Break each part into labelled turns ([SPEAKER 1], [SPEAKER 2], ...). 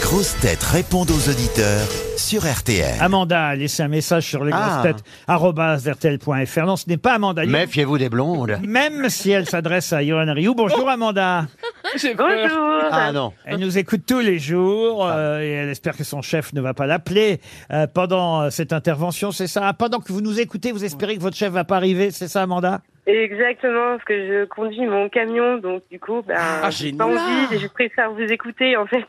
[SPEAKER 1] grosses têtes répondent aux auditeurs sur RTL.
[SPEAKER 2] Amanda a laissé un message sur lesgrossetêtes.fr. Non, ce n'est pas Amanda.
[SPEAKER 3] Méfiez-vous des
[SPEAKER 2] Ah,
[SPEAKER 3] blondes.
[SPEAKER 2] Même si elle s'adresse à Johan Rioux. Bonjour Amanda.
[SPEAKER 4] Bonjour.
[SPEAKER 2] bah.
[SPEAKER 3] Ah non.
[SPEAKER 2] Elle nous écoute tous les jours euh, et elle espère que son chef ne va pas l'appeler euh, pendant euh, cette intervention, c'est ça Ah, Pendant que vous nous écoutez, vous espérez que votre chef va pas arriver, c'est ça Amanda
[SPEAKER 4] Exactement, parce que je conduis mon camion, donc du coup, ben, j'ai pas envie, et je préfère vous écouter en fait.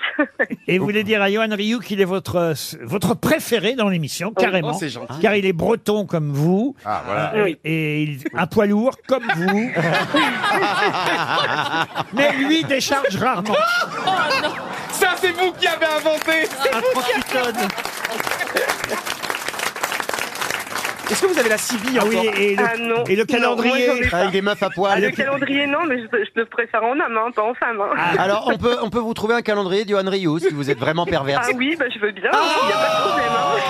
[SPEAKER 2] Et vous voulez dire à Johan Rioux qu'il est votre, euh, votre préféré dans l'émission, carrément.
[SPEAKER 5] Oh, c'est gentil.
[SPEAKER 2] Ah, Car il est breton comme vous.
[SPEAKER 5] Ah, voilà.
[SPEAKER 2] Euh,
[SPEAKER 4] Oui.
[SPEAKER 2] Et il- un poids lourd comme vous. Mais lui décharge rarement. Ah.
[SPEAKER 5] Ça, c'est vous qui avez inventé Est-ce que vous avez la CB
[SPEAKER 2] Ah oui,
[SPEAKER 5] encore
[SPEAKER 2] et le,
[SPEAKER 4] Ah non.
[SPEAKER 2] et le calendrier.
[SPEAKER 4] Non, moi, j'en ai
[SPEAKER 3] Avec des meufs à
[SPEAKER 4] pas.
[SPEAKER 2] Ah,
[SPEAKER 3] poil.
[SPEAKER 4] le calendrier, non, mais je, peux- je le préfère en homme, hein, pas en femme. hein. Ah,
[SPEAKER 3] Alors, on peut, on peut vous trouver un calendrier de Johan Rioux si vous êtes vraiment perverse.
[SPEAKER 2] Ah,
[SPEAKER 4] oui, bah, je veux bien, il n'y a pas de problème. hein.
[SPEAKER 2] oh,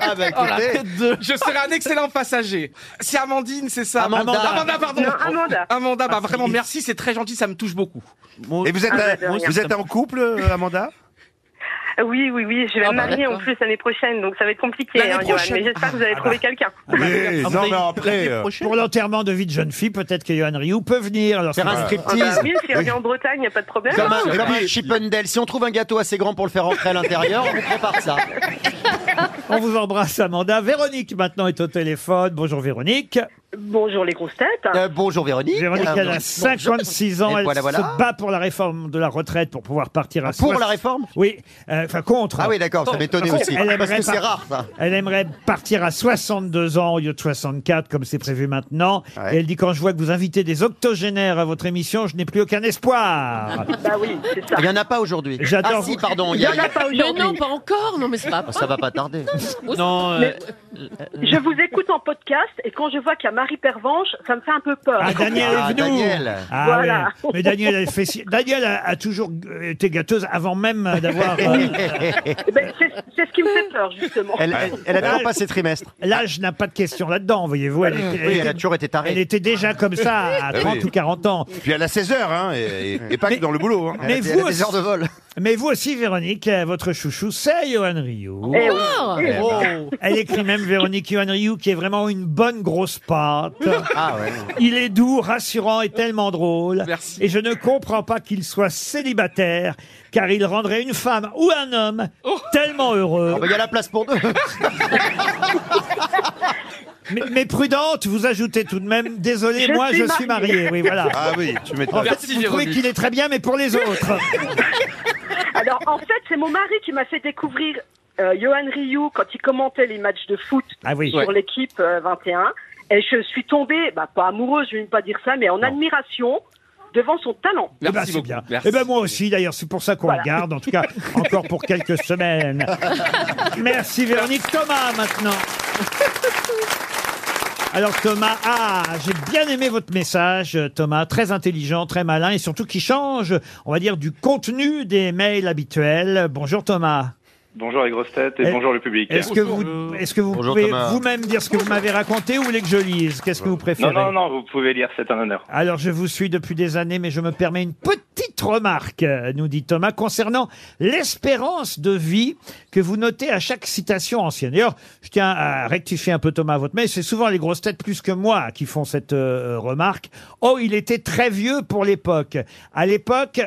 [SPEAKER 3] Ah bah écoutez,
[SPEAKER 5] Je serai un excellent passager. C'est Amandine, c'est ça
[SPEAKER 3] Amanda.
[SPEAKER 5] Amanda, pardon.
[SPEAKER 4] Non, Amanda.
[SPEAKER 5] Amanda, bah vraiment merci, c'est très gentil, ça me touche beaucoup.
[SPEAKER 6] Et vous êtes,
[SPEAKER 4] Ah, bah,
[SPEAKER 6] euh,
[SPEAKER 4] de rien.
[SPEAKER 6] vous êtes en couple, euh, Amanda
[SPEAKER 4] Ah Oui, oui, oui, je vais me marier en plus l'année prochaine, donc ça va être compliqué,
[SPEAKER 5] L'année
[SPEAKER 4] hein, Johan,
[SPEAKER 5] prochaine.
[SPEAKER 4] mais j'espère que vous allez trouver quelqu'un.
[SPEAKER 6] Ah, bah, Oui, non, mais après. euh,
[SPEAKER 2] Pour l'enterrement de vie de jeune fille, peut-être que Johan Rioux peut venir. lorsqu'il-
[SPEAKER 3] faire un
[SPEAKER 4] Ah, bah,
[SPEAKER 3] striptease.
[SPEAKER 4] oui, si on est en Bretagne, il n'y a pas de problème.
[SPEAKER 3] Comme
[SPEAKER 4] hein.
[SPEAKER 2] Ah,
[SPEAKER 3] un, comme
[SPEAKER 2] bah.
[SPEAKER 3] un Chippendale. Si on trouve un gâteau assez grand pour le faire entrer à l'intérieur, on vous prépare ça.
[SPEAKER 2] On vous embrasse, Amanda. Véronique, maintenant, est au téléphone. Bonjour, Véronique.
[SPEAKER 4] Bonjour les grosses têtes.
[SPEAKER 3] Euh, bonjour Véronique.
[SPEAKER 2] Véronique, elle
[SPEAKER 3] Euh,
[SPEAKER 2] a 56 ans.
[SPEAKER 3] Et
[SPEAKER 2] Elle
[SPEAKER 3] voilà, voilà.
[SPEAKER 2] se bat pour la réforme de la retraite pour pouvoir partir à
[SPEAKER 3] Pour
[SPEAKER 2] soix-
[SPEAKER 3] la réforme
[SPEAKER 2] Oui, euh, enfin contre.
[SPEAKER 3] Ah oui, d'accord, ça m'étonnait aussi.
[SPEAKER 2] Elle
[SPEAKER 3] Parce
[SPEAKER 2] aimerait
[SPEAKER 3] que c'est
[SPEAKER 2] pas-
[SPEAKER 3] rare, ça.
[SPEAKER 2] Elle aimerait partir à 62 ans au lieu de 64, comme c'est prévu maintenant.
[SPEAKER 3] Ouais.
[SPEAKER 2] Et elle dit quand je vois que vous invitez des octogénaires à votre émission, je n'ai plus aucun espoir.
[SPEAKER 3] Ah,
[SPEAKER 4] Bah oui, c'est ça.
[SPEAKER 3] Il n'y en a pas aujourd'hui.
[SPEAKER 2] J'adore
[SPEAKER 3] Ah si,
[SPEAKER 2] vous-
[SPEAKER 3] pardon. il
[SPEAKER 4] Il
[SPEAKER 3] y
[SPEAKER 4] n'y
[SPEAKER 3] a-
[SPEAKER 4] en a pas
[SPEAKER 7] Mais non,
[SPEAKER 4] aujourd'hui.
[SPEAKER 7] pas encore. Non, mais c'est pas.
[SPEAKER 3] Ça va pas tarder.
[SPEAKER 7] Non,
[SPEAKER 8] Je vous écoute en podcast et quand je vois qu'il y a Marie Pervenche, ça me fait un peu peur.
[SPEAKER 2] Ah, Daniel
[SPEAKER 3] Ah,
[SPEAKER 2] est venu.
[SPEAKER 3] Daniel.
[SPEAKER 2] Ah,
[SPEAKER 8] Voilà.
[SPEAKER 2] ouais. Mais Daniel, elle fait si- Daniel a, a toujours été gâteuse avant même d'avoir euh,
[SPEAKER 8] Eh ben, c'est c'est ce qui me fait peur, justement.
[SPEAKER 3] Elle, elle, elle a toujours pas ses trimestres.
[SPEAKER 2] l'âge n'a pas de question là-dedans, voyez-vous. Elle, était-
[SPEAKER 3] Oui,
[SPEAKER 2] elle
[SPEAKER 3] elle a
[SPEAKER 2] était-
[SPEAKER 3] toujours été
[SPEAKER 2] elle
[SPEAKER 3] tarée.
[SPEAKER 2] était déjà comme ça à
[SPEAKER 6] oui.
[SPEAKER 2] 30 ou 40 ans.
[SPEAKER 6] Puis elle a 16 heures, hein, et, et- et pas que dans le boulot. hein.
[SPEAKER 2] Mais
[SPEAKER 3] Elle a-
[SPEAKER 2] vous,
[SPEAKER 3] elle a des
[SPEAKER 2] aussi,
[SPEAKER 3] heures de vol.
[SPEAKER 2] mais vous aussi, Véronique, euh, votre chouchou, c'est Johan Rioux.
[SPEAKER 4] Eh oui.
[SPEAKER 2] Oh. Elle écrit même Véronique Johan Rioux, qui est vraiment une bonne grosse pâte.
[SPEAKER 3] Ah ouais.
[SPEAKER 2] Il est doux, rassurant et tellement drôle.
[SPEAKER 5] Merci.
[SPEAKER 2] Et je ne comprends pas qu'il soit célibataire, car il rendrait une femme ou un homme tellement heureux.
[SPEAKER 3] Ah bah, Il y a la place pour deux.
[SPEAKER 2] Mais, mais prudente, vous ajoutez tout de même, désolé,
[SPEAKER 8] Je
[SPEAKER 2] moi
[SPEAKER 8] suis
[SPEAKER 2] je suis mariée. Oui, voilà.
[SPEAKER 6] Ah oui, tu
[SPEAKER 2] En
[SPEAKER 6] m'étonnes.
[SPEAKER 2] fait,
[SPEAKER 5] Merci,
[SPEAKER 2] vous trouvez
[SPEAKER 5] Véronique.
[SPEAKER 2] qu'il est très bien, mais pour les autres.
[SPEAKER 8] Alors, en fait, c'est mon mari qui m'a fait découvrir euh, Johan Rioux quand il commentait les matchs de foot
[SPEAKER 2] Ah oui.
[SPEAKER 8] sur l'équipe euh, 21. Et je suis tombée, bah, pas amoureuse, je vais pas dire ça, mais en admiration devant son talent.
[SPEAKER 2] Eh ben,
[SPEAKER 5] Merci
[SPEAKER 2] c'est
[SPEAKER 5] beaucoup.
[SPEAKER 2] bien.
[SPEAKER 5] Merci.
[SPEAKER 2] Eh ben, moi aussi, d'ailleurs, c'est pour ça qu'on
[SPEAKER 8] Voilà.
[SPEAKER 2] le garde, en tout cas, encore pour quelques semaines. Merci Véronique. Thomas, maintenant. Alors Thomas, ah, j'ai bien aimé votre message, euh, Thomas, très intelligent, très malin et surtout qui change, on va dire, du contenu des mails habituels. Bonjour Thomas.
[SPEAKER 9] Bonjour les grosses têtes et
[SPEAKER 2] Eh,
[SPEAKER 9] bonjour le public.
[SPEAKER 2] Est-ce que vous,
[SPEAKER 5] Bonjour.
[SPEAKER 2] est-ce que vous
[SPEAKER 3] Bonjour,
[SPEAKER 2] pouvez
[SPEAKER 3] Thomas.
[SPEAKER 2] vous-même dire ce que vous m'avez raconté ou vous voulez que je lise Qu'est-ce que vous
[SPEAKER 9] Non,
[SPEAKER 2] préférez
[SPEAKER 9] non, non, vous pouvez lire, c'est un honneur.
[SPEAKER 2] Alors, je vous suis depuis des années, mais je me permets une petite remarque, euh, nous dit Thomas, concernant l'espérance de vie que vous notez à chaque citation ancienne. D'ailleurs, je tiens à rectifier un peu Thomas à votre mail. C'est souvent les grosses têtes plus que moi qui font cette euh, remarque. Oh, il était très vieux pour l'époque. À l'époque,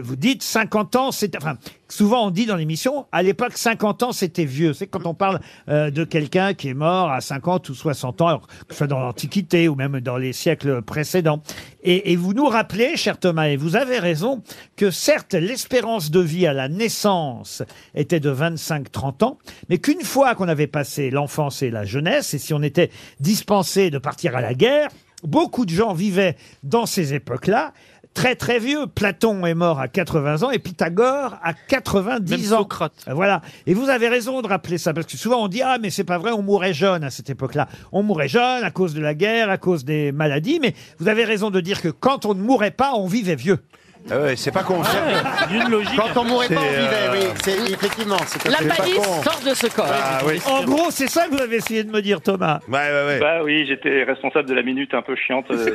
[SPEAKER 2] vous dites 50 ans, c'est enfin souvent on dit dans l'émission à l'époque 50 ans c'était vieux. C'est quand on parle euh, de quelqu'un qui est mort à 50 ou 60 ans, alors que ce soit dans l'Antiquité ou même dans les siècles précédents. Et, et vous nous rappelez, cher Thomas, et vous avez raison, que certes l'espérance de vie à la naissance était de 25-30 ans, mais qu'une fois qu'on avait passé l'enfance et la jeunesse, et si on était dispensé de partir à la guerre, beaucoup de gens vivaient dans ces époques-là très très vieux. Platon est mort à 80 ans et Pythagore à 90 ans. Euh, Voilà. Et vous avez raison de rappeler ça parce que souvent on dit ah mais c'est pas vrai, on mourait jeune à cette époque-là. On mourait jeune à cause de la guerre, à cause des maladies. Mais vous avez raison de dire que quand on ne mourait pas, on vivait vieux.
[SPEAKER 6] Ah ouais, c'est pas con.
[SPEAKER 10] D'une logique.
[SPEAKER 3] Quand on mourait pas, on
[SPEAKER 6] C'est,
[SPEAKER 3] vivait,
[SPEAKER 6] euh,
[SPEAKER 3] oui. C'est, effectivement, c'est
[SPEAKER 7] La
[SPEAKER 6] C'est pas
[SPEAKER 7] palisse
[SPEAKER 6] con.
[SPEAKER 7] sort de ce corps.
[SPEAKER 6] Ah oui.
[SPEAKER 2] En gros, c'est ça que vous avez essayé de me dire, Thomas.
[SPEAKER 6] Ouais, ouais, ouais.
[SPEAKER 9] Bah oui, j'étais responsable de la minute un peu chiante. euh,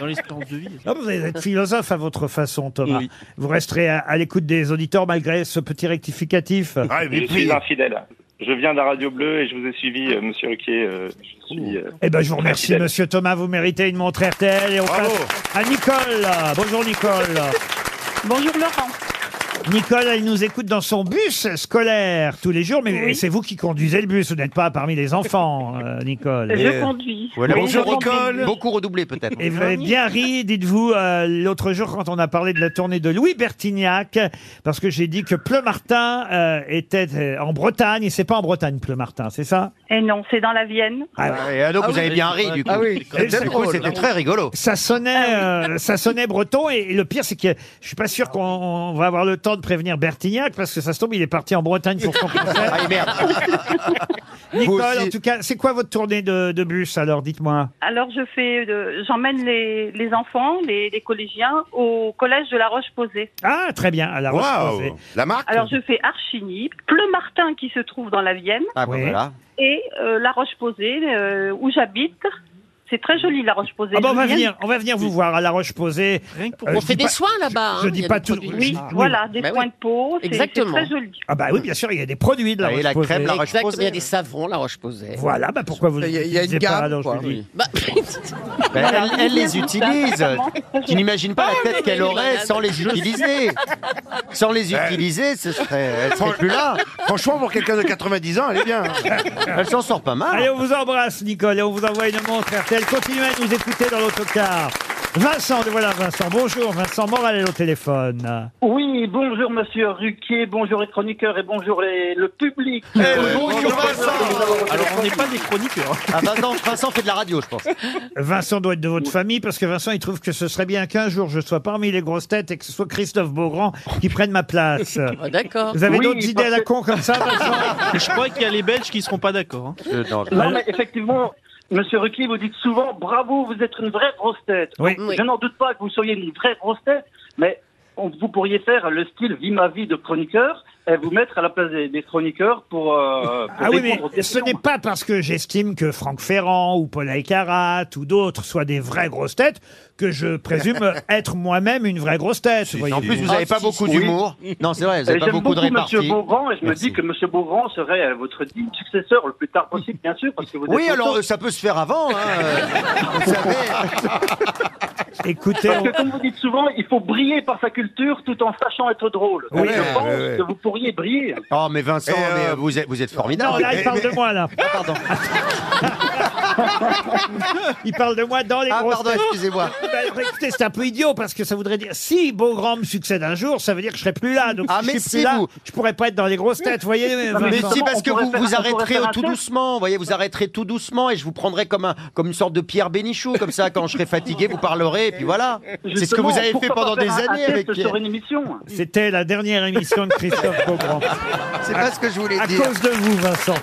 [SPEAKER 10] dans l'espérance de vie.
[SPEAKER 2] Non, Ah, vous allez être philosophe à votre façon, Thomas.
[SPEAKER 10] Oui.
[SPEAKER 2] Vous resterez à, à l'écoute des auditeurs malgré ce petit rectificatif.
[SPEAKER 6] Ah, et
[SPEAKER 9] je
[SPEAKER 6] puis-
[SPEAKER 9] suis infidèle. Je viens de la radio bleue et je vous ai suivi, euh, monsieur Ruquier. euh, je suis, euh,
[SPEAKER 2] Eh ben, je vous remercie,
[SPEAKER 9] infidèle.
[SPEAKER 2] monsieur Thomas. Vous méritez une montre RTL. Et on
[SPEAKER 6] Bravo.
[SPEAKER 2] passe à Nicole. Bonjour, Nicole.
[SPEAKER 11] Bonjour Laurent.
[SPEAKER 2] Nicole, elle nous écoute dans son bus scolaire tous les jours. Mais
[SPEAKER 11] Oui.
[SPEAKER 2] c'est vous qui conduisez le bus. Vous n'êtes pas parmi les enfants, euh, Nicole.
[SPEAKER 11] Je
[SPEAKER 6] euh,
[SPEAKER 11] conduis.
[SPEAKER 6] voilà,
[SPEAKER 11] Oui,
[SPEAKER 6] bonjour,
[SPEAKER 11] je conduis.
[SPEAKER 6] Nicole.
[SPEAKER 3] Beaucoup redoublé, peut-être.
[SPEAKER 2] Et vous avez bien ri, dites-vous, euh, l'autre jour quand on a parlé de la tournée de Louis Bertignac, parce que j'ai dit que Pleumartin euh, était euh, en Bretagne, et c'est pas en Bretagne Pleumartin, c'est ça
[SPEAKER 11] Et Eh non, c'est dans la Vienne.
[SPEAKER 2] Ah,
[SPEAKER 3] Ah, Et donc,
[SPEAKER 7] Ah
[SPEAKER 3] vous avez
[SPEAKER 7] oui.
[SPEAKER 3] bien ri, du coup.
[SPEAKER 7] Ah
[SPEAKER 3] oui.
[SPEAKER 2] Et c'est
[SPEAKER 3] Du coup,
[SPEAKER 2] drôle.
[SPEAKER 3] c'était très rigolo.
[SPEAKER 2] Ça sonnait, euh, ça sonnait breton, et, et le pire c'est que je suis pas sûr qu'on on va avoir le temps de prévenir Bertignac, parce que ça se tombe, il est parti en Bretagne pour son concert.
[SPEAKER 3] Ah, merde. Vous
[SPEAKER 2] Nicole,
[SPEAKER 3] aussi.
[SPEAKER 2] en tout cas, c'est quoi votre tournée de, de bus alors, dites-moi
[SPEAKER 11] Alors je fais, de- j'emmène les, les enfants, les, les collégiens au collège de La Roche-Posay.
[SPEAKER 2] Ah, très bien, à la Roche-Posay.
[SPEAKER 6] Waouh La marque
[SPEAKER 11] Alors je fais Archigny, Pleumartin qui se trouve dans la Vienne
[SPEAKER 3] Ah, bah,
[SPEAKER 2] Oui.
[SPEAKER 3] voilà.
[SPEAKER 11] et euh, La Roche-Posay euh, où j'habite. C'est très joli La Roche-Posay.
[SPEAKER 2] Ah ben, on va
[SPEAKER 11] Je viens-
[SPEAKER 2] venir, on va venir vous voir à la Roche-Posay.
[SPEAKER 10] Rien que pour.
[SPEAKER 2] Euh,
[SPEAKER 7] On
[SPEAKER 2] je
[SPEAKER 7] fait
[SPEAKER 2] dis
[SPEAKER 7] des
[SPEAKER 2] pas-
[SPEAKER 7] soins là-bas.
[SPEAKER 2] je
[SPEAKER 7] hein,
[SPEAKER 2] dis
[SPEAKER 7] il y a
[SPEAKER 2] pas
[SPEAKER 7] des
[SPEAKER 2] tout-
[SPEAKER 7] produits.
[SPEAKER 11] Oui,
[SPEAKER 2] Ah, oui.
[SPEAKER 11] voilà, des
[SPEAKER 7] Bah oui.
[SPEAKER 11] points de peau. c'est-
[SPEAKER 7] Exactement.
[SPEAKER 11] C'est très joli.
[SPEAKER 2] Ah bah oui, bien sûr, il y a des produits de la
[SPEAKER 3] Ah, et la
[SPEAKER 2] Roche-Posay.
[SPEAKER 3] crème, la
[SPEAKER 7] Exactement,
[SPEAKER 3] Roche-Posay.
[SPEAKER 7] il y a des savons, la Roche-Posay.
[SPEAKER 2] Voilà, bah pourquoi vous
[SPEAKER 10] Il y a- il y a une
[SPEAKER 2] l'utilisez pas,
[SPEAKER 10] gamme,
[SPEAKER 2] alors, je
[SPEAKER 10] quoi.
[SPEAKER 2] vous dis.
[SPEAKER 7] Bah,
[SPEAKER 3] Ben,
[SPEAKER 11] Voilà.
[SPEAKER 3] elle, elle les utilise. Tu n'imagines pas la tête qu'elle aurait sans les utiliser. Sans les utiliser, ce serait, elle serait plus là.
[SPEAKER 6] Franchement, pour quelqu'un de 90 ans, elle est bien.
[SPEAKER 3] Elle s'en sort pas mal.
[SPEAKER 2] Allez, on vous embrasse, Nicole, et on vous envoie une montre RTL. Continuez à nous écouter dans l'autocar. Vincent, le voilà Vincent. Bonjour, Vincent Moral est au téléphone.
[SPEAKER 12] Oui, bonjour Monsieur Ruquier, bonjour les chroniqueurs et bonjour les- le public.
[SPEAKER 5] Eh
[SPEAKER 6] Bonjour Vincent
[SPEAKER 10] Alors on n'est pas des chroniqueurs.
[SPEAKER 3] Euh, Ah, Vincent, Vincent fait de la radio, je pense.
[SPEAKER 2] Vincent doit être de votre famille parce que Vincent, il trouve que ce serait bien qu'un jour je sois parmi les grosses têtes et que ce soit Christophe Beaugrand qui prenne ma place.
[SPEAKER 7] ah, d'accord.
[SPEAKER 2] Vous avez
[SPEAKER 12] Oui,
[SPEAKER 2] d'autres idées à la
[SPEAKER 12] parce que-
[SPEAKER 2] con comme ça, Vincent
[SPEAKER 10] Et je crois qu'il y a les Belges qui seront pas d'accord. hein.
[SPEAKER 3] Euh, non, je-
[SPEAKER 12] Non mais effectivement, Monsieur Ruquier, vous dites souvent bravo, vous êtes une vraie grosse tête.
[SPEAKER 2] Oui.
[SPEAKER 7] Oui.
[SPEAKER 12] Je n'en doute pas que vous soyez une vraie grosse tête, mais on- vous pourriez faire le style vie ma vie de chroniqueur et vous mettre à la place des, des chroniqueurs pour, euh, pour
[SPEAKER 2] Ah oui,
[SPEAKER 12] répondre aux
[SPEAKER 2] mais ce
[SPEAKER 12] questions.
[SPEAKER 2] n'est pas parce que j'estime que Franck Ferrand ou Paul Aycarat ou d'autres soient des vraies grosses têtes que je présume être moi-même une vraie grosse tête. voyez.
[SPEAKER 3] En plus, vous
[SPEAKER 12] Ah,
[SPEAKER 3] n'avez pas
[SPEAKER 12] si,
[SPEAKER 3] beaucoup
[SPEAKER 12] si.
[SPEAKER 3] d'humour. Non, c'est vrai, vous
[SPEAKER 12] Et
[SPEAKER 3] n'avez pas
[SPEAKER 12] Euh, J'aime
[SPEAKER 3] beaucoup
[SPEAKER 12] beaucoup,
[SPEAKER 3] de
[SPEAKER 12] Monsieur
[SPEAKER 3] répartie.
[SPEAKER 12] Beaugrand et je
[SPEAKER 3] Merci.
[SPEAKER 12] me dis que Monsieur Beaugrand serait euh, votre digne successeur le plus tard possible, bien sûr, parce que vous
[SPEAKER 3] Oui,
[SPEAKER 12] êtes
[SPEAKER 3] alors
[SPEAKER 12] auteur.
[SPEAKER 3] euh, ça peut se faire avant. hein, euh, Vous savez,
[SPEAKER 2] Écoutez,
[SPEAKER 12] Parce que comme vous dites souvent, il faut briller par sa culture tout en sachant être drôle. Donc,
[SPEAKER 2] Oui,
[SPEAKER 6] ouais,
[SPEAKER 12] je pense
[SPEAKER 6] ouais, ouais.
[SPEAKER 12] que vous pourriez briller.
[SPEAKER 3] Oh, mais Vincent,
[SPEAKER 6] Et, euh,
[SPEAKER 3] mais, euh, vous êtes, vous êtes
[SPEAKER 2] non,
[SPEAKER 3] formidable. Ah,
[SPEAKER 2] là, il parle de moi, là.
[SPEAKER 3] pardon.
[SPEAKER 2] Il parle de moi dans les
[SPEAKER 3] Ah,
[SPEAKER 2] grosses
[SPEAKER 3] pardon,
[SPEAKER 2] têtes.
[SPEAKER 3] excusez-moi.
[SPEAKER 2] Bah, écoutez, c'est un peu idiot parce que ça voudrait dire si Beaugrand me succède un jour, ça veut dire que je serai plus là. Donc
[SPEAKER 3] Ah,
[SPEAKER 2] si
[SPEAKER 3] mais
[SPEAKER 2] je suis
[SPEAKER 3] si
[SPEAKER 2] plus là,
[SPEAKER 3] vous-
[SPEAKER 2] je pourrais pas être dans les grosses têtes, voyez.
[SPEAKER 3] Mais
[SPEAKER 12] mais
[SPEAKER 2] Vincent.
[SPEAKER 3] si,
[SPEAKER 12] Comment
[SPEAKER 3] parce
[SPEAKER 12] on
[SPEAKER 3] que vous
[SPEAKER 12] pourrait
[SPEAKER 3] vous
[SPEAKER 12] faire- on pourrait
[SPEAKER 3] arrêterez
[SPEAKER 12] faire
[SPEAKER 3] au
[SPEAKER 12] un
[SPEAKER 3] tout
[SPEAKER 12] test
[SPEAKER 3] doucement, vous voyez, vous arrêterez tout doucement et je vous prendrai comme, un, comme une sorte de Pierre Bénichou, comme ça, quand je serai fatigué, vous parlerez, et puis voilà. C'est ce que
[SPEAKER 12] Justement,
[SPEAKER 3] vous avez fait
[SPEAKER 12] pourquoi
[SPEAKER 3] pendant
[SPEAKER 12] pas
[SPEAKER 3] des
[SPEAKER 12] faire un-
[SPEAKER 3] années
[SPEAKER 12] un
[SPEAKER 3] avec
[SPEAKER 12] test
[SPEAKER 3] Pierre.
[SPEAKER 12] sur une émission.
[SPEAKER 2] C'était la dernière émission de Christophe Beaugrand.
[SPEAKER 3] C'est pas ce que je voulais
[SPEAKER 2] À
[SPEAKER 3] dire.
[SPEAKER 2] cause de vous, Vincent.